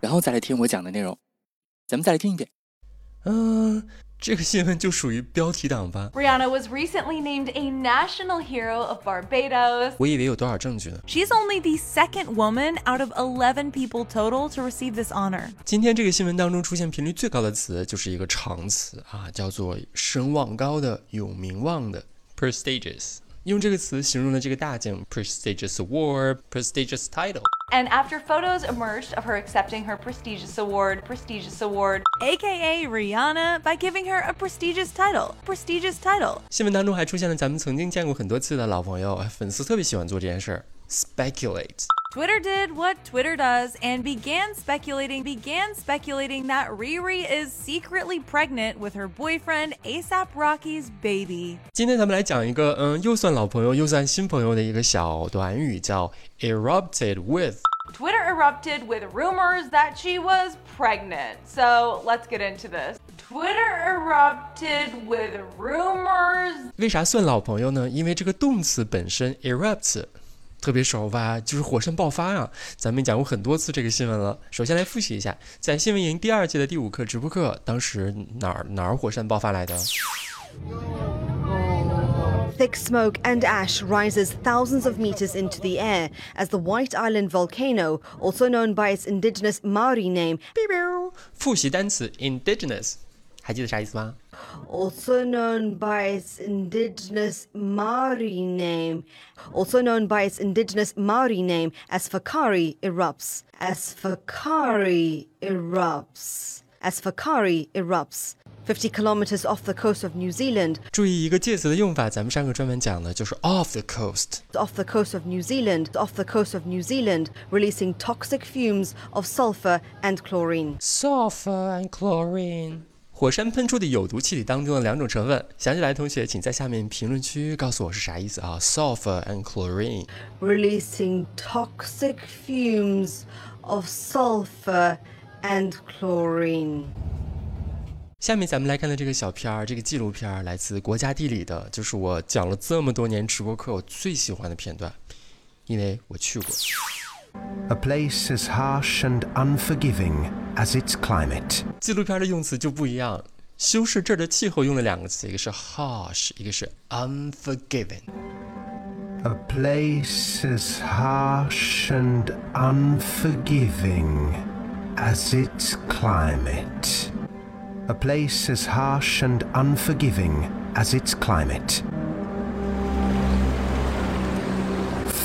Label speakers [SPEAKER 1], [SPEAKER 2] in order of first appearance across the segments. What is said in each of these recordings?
[SPEAKER 1] 然后再来听我讲的内容。咱们再来听一遍。嗯，这个新闻就属于标题党吧。
[SPEAKER 2] Rihanna was recently named a national hero of Barbados.
[SPEAKER 1] 我以为有多少证据呢？
[SPEAKER 2] She's only the second woman out of 11 people total to receive this honor.
[SPEAKER 1] 今天这个新闻当中出现频率最高的词就是一个长词啊，叫做声望高的、有名望的 prestigious。用这个词形容了这个大奖 prestigious award、prestigious title。
[SPEAKER 2] And after photos emerged of her accepting her prestigious award, prestigious award, aka Rihanna, by giving her a prestigious title, prestigious title.
[SPEAKER 1] 新闻当中还出现了咱们曾经见过很多次的老朋友，哎粉丝特别喜欢做这件事儿，speculate。
[SPEAKER 2] Twitter did what Twitter does and began speculating, began speculating that Riri is secretly pregnant with her boyfriend ASAP Rocky's baby.
[SPEAKER 1] 今天咱们来讲一个，嗯，又算老朋友又算新朋友的一个小短语，叫 erupted with。
[SPEAKER 2] Twitter erupted with rumors that she was pregnant. So let's get into this. Twitter erupted with rumors.
[SPEAKER 1] 为啥算老朋友呢？因为这个动词本身 erupt 特别熟吧，就是火山爆发啊。咱们讲过很多次这个新闻了。首先来复习一下，在新闻营第二届的第五课直播课，当时哪儿哪儿火山爆发来的？
[SPEAKER 3] Thick smoke and ash rises thousands of meters into the air as the White Island volcano, also known by its indigenous Maori name,
[SPEAKER 1] 复习单词 indigenous，还记得啥意思吗？
[SPEAKER 3] also known by its indigenous Maori name, also known by its indigenous Maori name as Fakari erupts, as Fakari erupts, as Fakari erupts. 50 kilometers off the coast of New Zealand,
[SPEAKER 1] 注意一个介词的用法，咱们上课专门讲的就是 off the coast。
[SPEAKER 3] off the coast of New Zealand, off the coast of New Zealand, releasing toxic fumes of sulfur and chlorine.
[SPEAKER 1] sulfur and chlorine。火山喷出的有毒气体当中的两种成分，想起来的同学请在下面评论区告诉我是啥意思啊？sulfur and chlorine。
[SPEAKER 3] Releasing toxic fumes of sulfur and chlorine.
[SPEAKER 1] 下面咱们来看的这个小片儿，这个纪录片儿来自国家地理的，就是我讲了这么多年直播课我最喜欢的片段，因为我去过。
[SPEAKER 4] A place as harsh and unforgiving as its climate.
[SPEAKER 1] 纪录片的用词就不一样，修饰这儿的气候用了两个词，一个是 harsh，一个是 unforgiving。
[SPEAKER 4] A place as harsh and unforgiving as its climate. A place as harsh and unforgiving as its climate.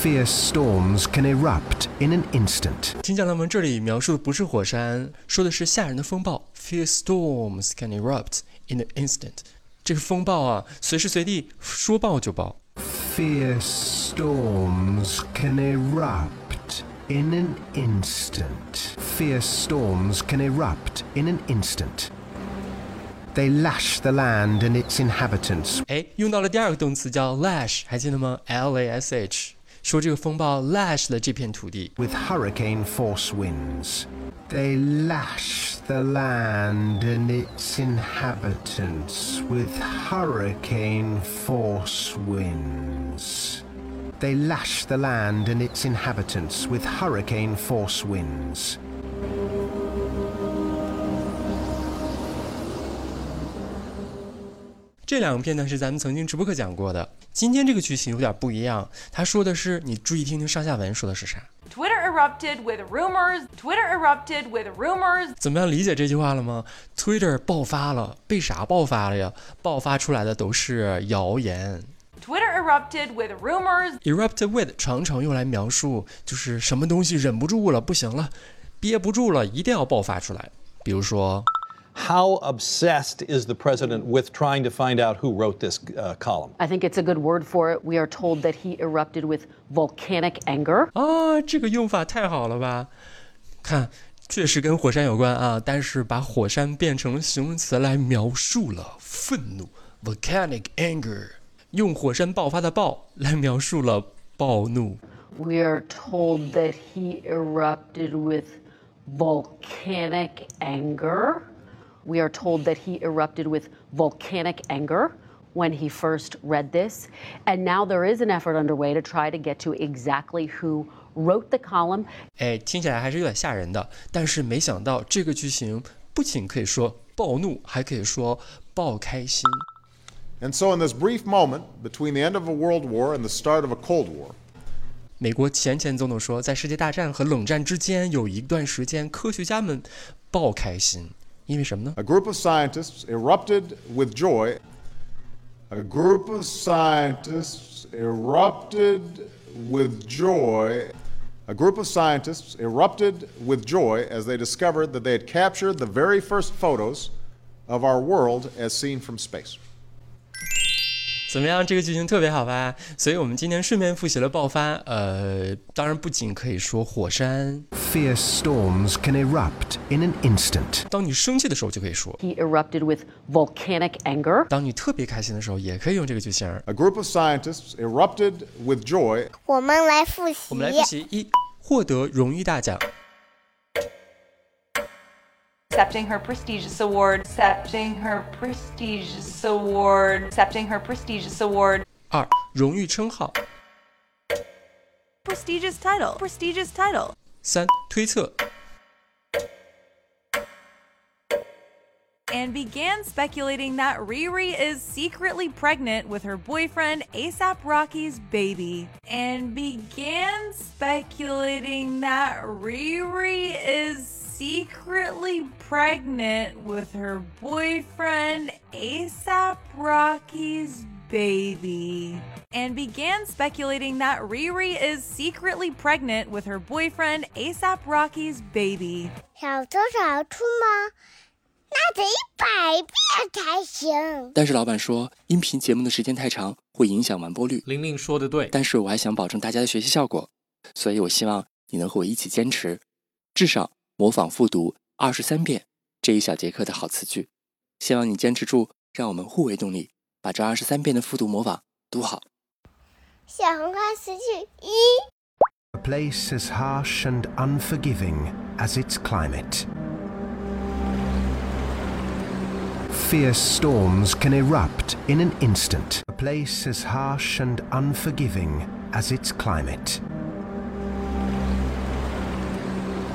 [SPEAKER 4] Fierce storms can erupt in an instant.
[SPEAKER 1] 听讲了吗？这里描述的不是火山，说的是吓人的风暴。Fierce storms can erupt in an instant。这个风暴啊，随时随地说爆就爆。
[SPEAKER 4] Fierce storms can erupt in an instant. Fierce storms can erupt in an instant. They lash the land and its inhabitants
[SPEAKER 1] 哎，用到了第二个动词叫 lash，还记得吗？L A S H，说这个风暴 lash 了这片土地。
[SPEAKER 4] with hurricane force winds. They lash the land and its inhabitants with hurricane force winds. They lash the land and its inhabitants with hurricane force winds.
[SPEAKER 1] This 这两个片段是咱们曾经直播课讲过的。今天这个剧情有点不一样，他说的是你注意听听上下文说的是啥。
[SPEAKER 2] Twitter erupted with rumors. Twitter erupted with rumors
[SPEAKER 1] 怎么样理解这句话了吗？Twitter 爆发了，被啥爆发了呀？爆发出来的都是谣言。
[SPEAKER 2] Twitter erupted with rumors
[SPEAKER 1] Erupt with 常常用来描述就是什么东西忍不住了，不行了，憋不住了，一定要爆发出来。比如说
[SPEAKER 5] How obsessed is the president with trying to find out who wrote this uh, column?
[SPEAKER 6] I think it's a good word for it. We are told that he
[SPEAKER 1] 啊
[SPEAKER 6] erupted with volcanic anger.
[SPEAKER 1] 啊，这个用法太好了吧？看确实跟火山有关啊，但是把火山变成了形容词来描述了愤怒 （volcanic anger），用火山爆发的“爆”来描述了暴怒。
[SPEAKER 6] We are told that he erupted with volcanic anger. We are told that he erupted with volcanic anger when he first read this. And now there is an effort underway to try to get to exactly who wrote the column.
[SPEAKER 1] 哎，听起来还是有点吓人的，但是没想到这个句型不仅可以说暴怒，还可以说爆开心。
[SPEAKER 7] And so, in this brief moment between the end of a world war and the start of a Cold War,
[SPEAKER 1] 美国前前总统说，在世界大战和冷战之间有一段时间，科学家们爆开心，因为什么呢？
[SPEAKER 7] a group of scientists erupted with joy.
[SPEAKER 4] A group of scientists erupted with joy.
[SPEAKER 7] A group of scientists erupted with joy as they discovered that they had captured the very first photos of our world as seen from space.
[SPEAKER 1] 怎么样？这个句型特别好吧？所以我们今天顺便复习了爆发。呃，当然不仅可以说火山，
[SPEAKER 4] Fierce storms can erupt in an instant.
[SPEAKER 1] 当你生气的时候就可以说，
[SPEAKER 6] He erupted with volcanic anger.
[SPEAKER 1] 当你特别开心的时候也可以用这个句型儿。
[SPEAKER 7] A group of scientists erupted with joy
[SPEAKER 8] 我们来复习
[SPEAKER 1] 我们来复习一，获得荣誉大奖。
[SPEAKER 2] Accepting her prestigious award, accepting her prestigious award, accepting her prestigious award.
[SPEAKER 1] 二，荣誉称号。
[SPEAKER 2] Prestigious title, prestigious title.
[SPEAKER 1] 三，推测。
[SPEAKER 2] and began speculating that Riri is secretly pregnant with her boyfriend ASAP Rocky's baby. And began speculating that Riri is secretly pregnant with her boyfriend ASAP Rocky's baby. And began speculating that Riri is secretly pregnant with her boyfriend ASAP Rocky's baby.
[SPEAKER 8] 小偷小兔吗？那得一百遍才行。
[SPEAKER 9] 但是老板说，音频节目的时间太长，会影响完播率。
[SPEAKER 10] 玲玲说的对，
[SPEAKER 9] 但是我还想保证大家的学习效果，所以我希望你能和我一起坚持，至少模仿复读二十三遍这一小节课的好词句。希望你坚持住，让我们互为动力，把这二十三遍的复读模仿读好。
[SPEAKER 8] 小红花词句一，
[SPEAKER 4] A place as harsh and unforgiving as its climate. Fierce storms can erupt in an instant. A place as harsh and unforgiving as its climate.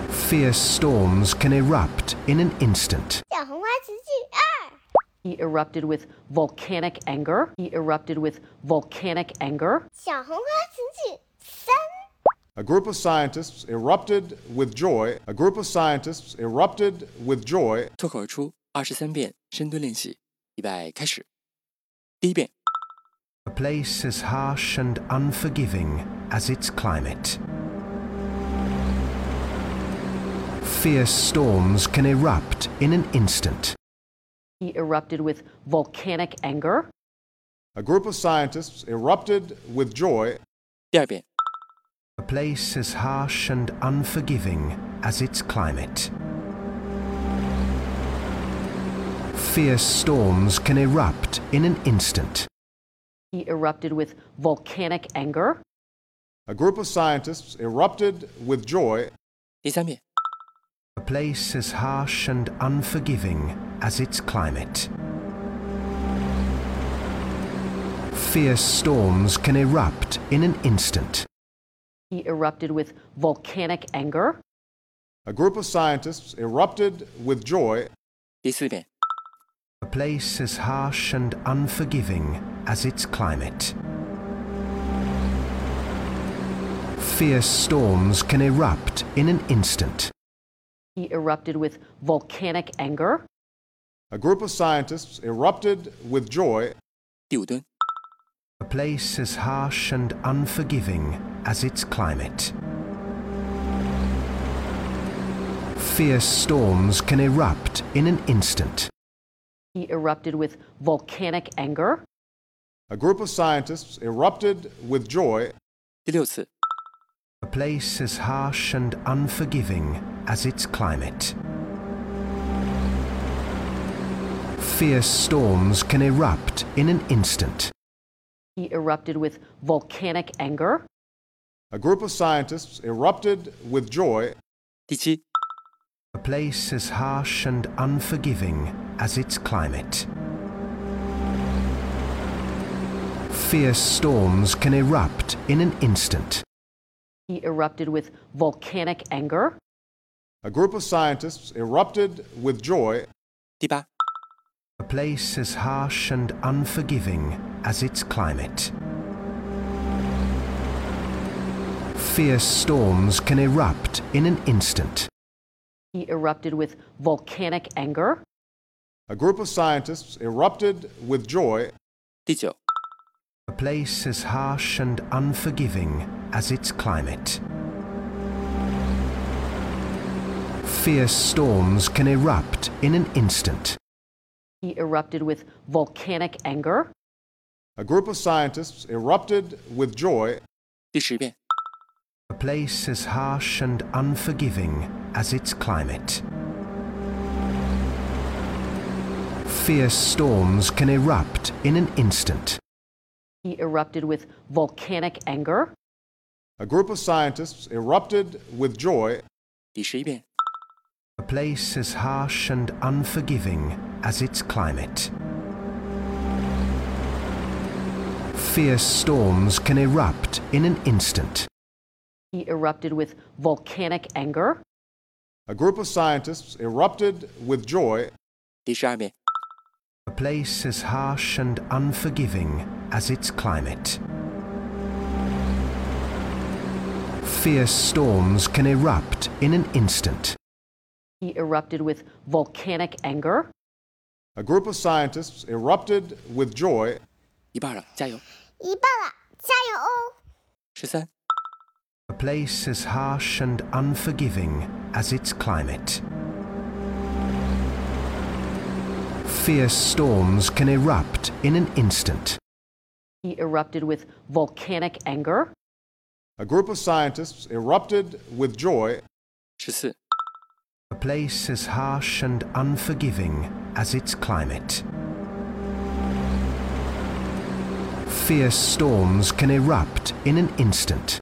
[SPEAKER 4] Fierce storms can erupt in an instant.
[SPEAKER 8] 小红花词句二，
[SPEAKER 6] He erupted with volcanic anger. He erupted with volcanic anger.
[SPEAKER 8] 小红花词句三，
[SPEAKER 7] A group of scientists erupted with joy. A group of scientists erupted with joy
[SPEAKER 9] 脱口而出二十三遍深蹲练习，预备开始。第一遍，
[SPEAKER 4] A place as harsh and unforgiving as its climate. Fierce storms can erupt in an instant.
[SPEAKER 6] He erupted with volcanic anger.
[SPEAKER 7] A group of scientists erupted with joy.
[SPEAKER 9] 第二遍，
[SPEAKER 4] A place as harsh and unforgiving as its climate. Fierce storms can erupt in an instant.
[SPEAKER 6] He erupted with volcanic anger.
[SPEAKER 7] A group of scientists erupted with joy.
[SPEAKER 9] 第三遍，
[SPEAKER 4] A place as harsh and unforgiving as its climate. Fierce storms can erupt in an instant.
[SPEAKER 6] He erupted with volcanic anger.
[SPEAKER 7] A group of scientists erupted with joy.
[SPEAKER 9] 第四遍，
[SPEAKER 4] A place as harsh and unforgiving as its climate. Fierce storms can erupt in an instant.
[SPEAKER 6] He erupted with volcanic anger.
[SPEAKER 7] A group of scientists erupted with joy.
[SPEAKER 9] 第五蹲，
[SPEAKER 4] A place as harsh and unforgiving as its climate. Fierce storms can erupt in an instant.
[SPEAKER 6] He erupted with volcanic anger.
[SPEAKER 7] A group of scientists erupted with joy.
[SPEAKER 9] 第六次，
[SPEAKER 4] a place as harsh and unforgiving as its climate. Fierce storms can erupt in an instant.
[SPEAKER 6] He erupted with volcanic anger.
[SPEAKER 7] A group of scientists erupted with joy
[SPEAKER 9] 第七、
[SPEAKER 4] A place as harsh and unforgiving as its climate. Fierce storms can erupt in an instant.
[SPEAKER 6] He erupted with volcanic anger.
[SPEAKER 7] A group of scientists erupted with joy
[SPEAKER 9] 第八、
[SPEAKER 4] A place as harsh and unforgiving as its climate. Fierce storms can erupt in an instant.
[SPEAKER 6] He erupted with volcanic anger.
[SPEAKER 7] A group of scientists erupted with joy
[SPEAKER 9] 第九、
[SPEAKER 4] A place as harsh and unforgiving as its climate. Fierce storms can erupt in an instant.
[SPEAKER 6] He erupted with volcanic anger.
[SPEAKER 7] A group of scientists erupted with joy
[SPEAKER 9] 第十遍、
[SPEAKER 4] A place as harsh and unforgiving as its climate. Fierce storms can erupt in an instant.
[SPEAKER 6] He erupted with volcanic anger.
[SPEAKER 7] A group of scientists erupted with joy
[SPEAKER 9] 第十一遍、
[SPEAKER 4] A place as harsh and unforgiving as its climate. Fierce storms can erupt in an instant.
[SPEAKER 6] He erupted with volcanic anger.
[SPEAKER 7] A group of scientists erupted with joy
[SPEAKER 9] 第十二遍、
[SPEAKER 4] A place as harsh and unforgiving as its climate. Fierce storms can erupt in an instant.
[SPEAKER 6] He erupted with volcanic anger.
[SPEAKER 7] A group of scientists erupted with joy
[SPEAKER 9] 一半了，加油！
[SPEAKER 8] 一半了，加油哦！
[SPEAKER 9] 十三、
[SPEAKER 4] A place as harsh and unforgiving as its climate. Fierce storms can erupt in an instant.
[SPEAKER 6] He erupted with volcanic anger.
[SPEAKER 7] A group of scientists erupted with joy
[SPEAKER 9] 十四、
[SPEAKER 4] A place as harsh and unforgiving as its climate. Fierce storms can erupt in an instant.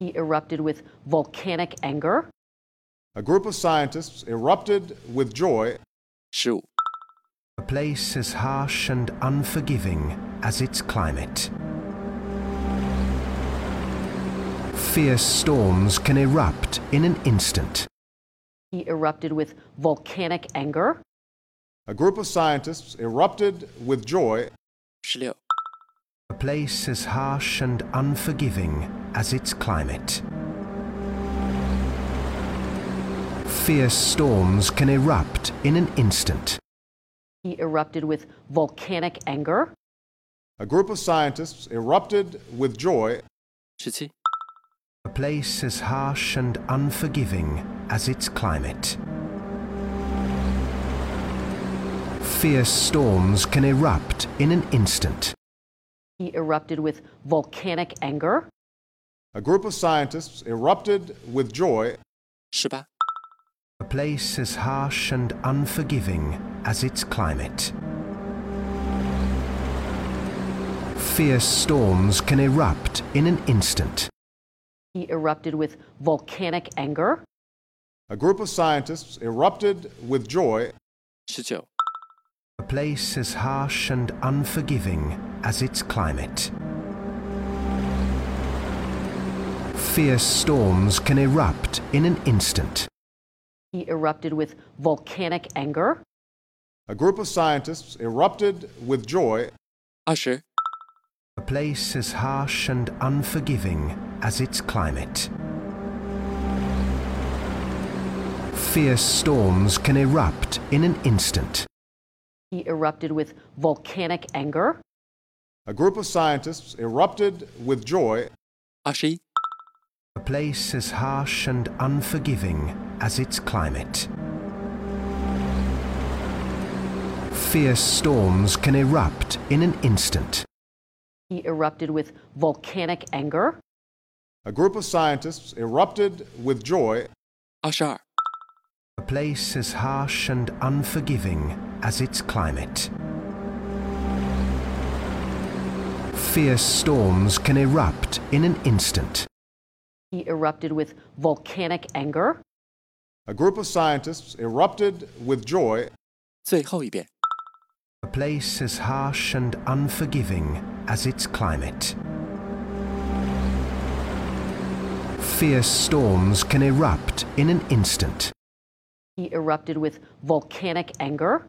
[SPEAKER 6] He erupted with volcanic anger.
[SPEAKER 7] A group of scientists erupted with joy
[SPEAKER 9] 十五、
[SPEAKER 4] A place as harsh and unforgiving as its climate. Fierce storms can erupt in an instant.
[SPEAKER 6] He erupted with volcanic anger.
[SPEAKER 7] A group of scientists erupted with joy
[SPEAKER 9] 十六、
[SPEAKER 4] A place as harsh and unforgiving as its climate. Fierce storms can erupt in an instant.
[SPEAKER 6] He erupted with volcanic anger.
[SPEAKER 7] A group of scientists erupted with joy
[SPEAKER 9] 十七、
[SPEAKER 4] A place as harsh and unforgiving as its climate. Fierce storms can erupt in an instant.
[SPEAKER 6] He erupted with volcanic anger.
[SPEAKER 7] A group of scientists erupted with joy
[SPEAKER 9] 十八、
[SPEAKER 4] A place as harsh and unforgiving as its climate. Fierce storms can erupt in an instant.
[SPEAKER 6] He erupted with volcanic anger.
[SPEAKER 7] A group of scientists erupted with joy
[SPEAKER 9] 十九、
[SPEAKER 4] A place as harsh and unforgiving as its climate. Fierce storms can erupt in an instant.
[SPEAKER 6] He erupted with volcanic anger.
[SPEAKER 7] A group of scientists erupted with joy
[SPEAKER 9] 二十、
[SPEAKER 4] A place as harsh and unforgiving as its climate. Fierce storms can erupt in an instant.
[SPEAKER 6] He erupted with volcanic anger.
[SPEAKER 7] A group of scientists erupted with joy
[SPEAKER 9] 二十一、
[SPEAKER 4] A place as harsh and unforgiving as its climate. Fierce storms can erupt in an instant.
[SPEAKER 6] He erupted with volcanic anger.
[SPEAKER 7] A a group of scientists erupted with joy
[SPEAKER 9] 二十二、
[SPEAKER 4] A place as harsh and unforgiving as its climate. Fierce storms can erupt in an instant.
[SPEAKER 6] He erupted with volcanic anger.
[SPEAKER 7] A group of scientists erupted with joy
[SPEAKER 9] 最后一遍。
[SPEAKER 4] A place as harsh and unforgiving as its climate. Fierce storms can erupt in an instant.
[SPEAKER 6] He erupted with volcanic anger.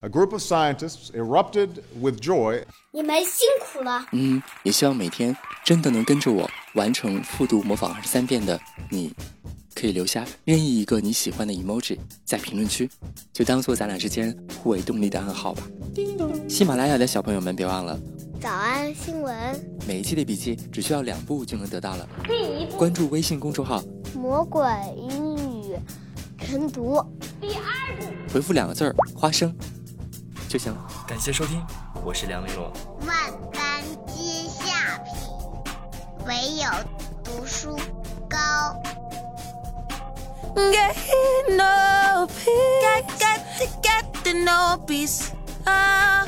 [SPEAKER 7] a group of scientists erupted with joy
[SPEAKER 8] 你们辛苦了。
[SPEAKER 9] 嗯，也希望每天真的能跟着我完成复读模仿二十三遍的你，可以留下任意一个你喜欢的 emoji 在评论区，就当做咱俩之间互为动力的暗号吧。喜马拉雅的小朋友们，别忘了
[SPEAKER 8] 早安新闻，
[SPEAKER 9] 每一期的笔记只需要两步就能得到了。
[SPEAKER 8] 第一部
[SPEAKER 9] 关注微信公众号，
[SPEAKER 8] 魔鬼英语晨读，第二部
[SPEAKER 9] 回复两个字儿“花生”就行了。
[SPEAKER 10] 感谢收听，我是梁丽罗。
[SPEAKER 8] 万般皆下品，唯有读书高。
[SPEAKER 11] Get no peace. Got, got to get the no peace. Ah.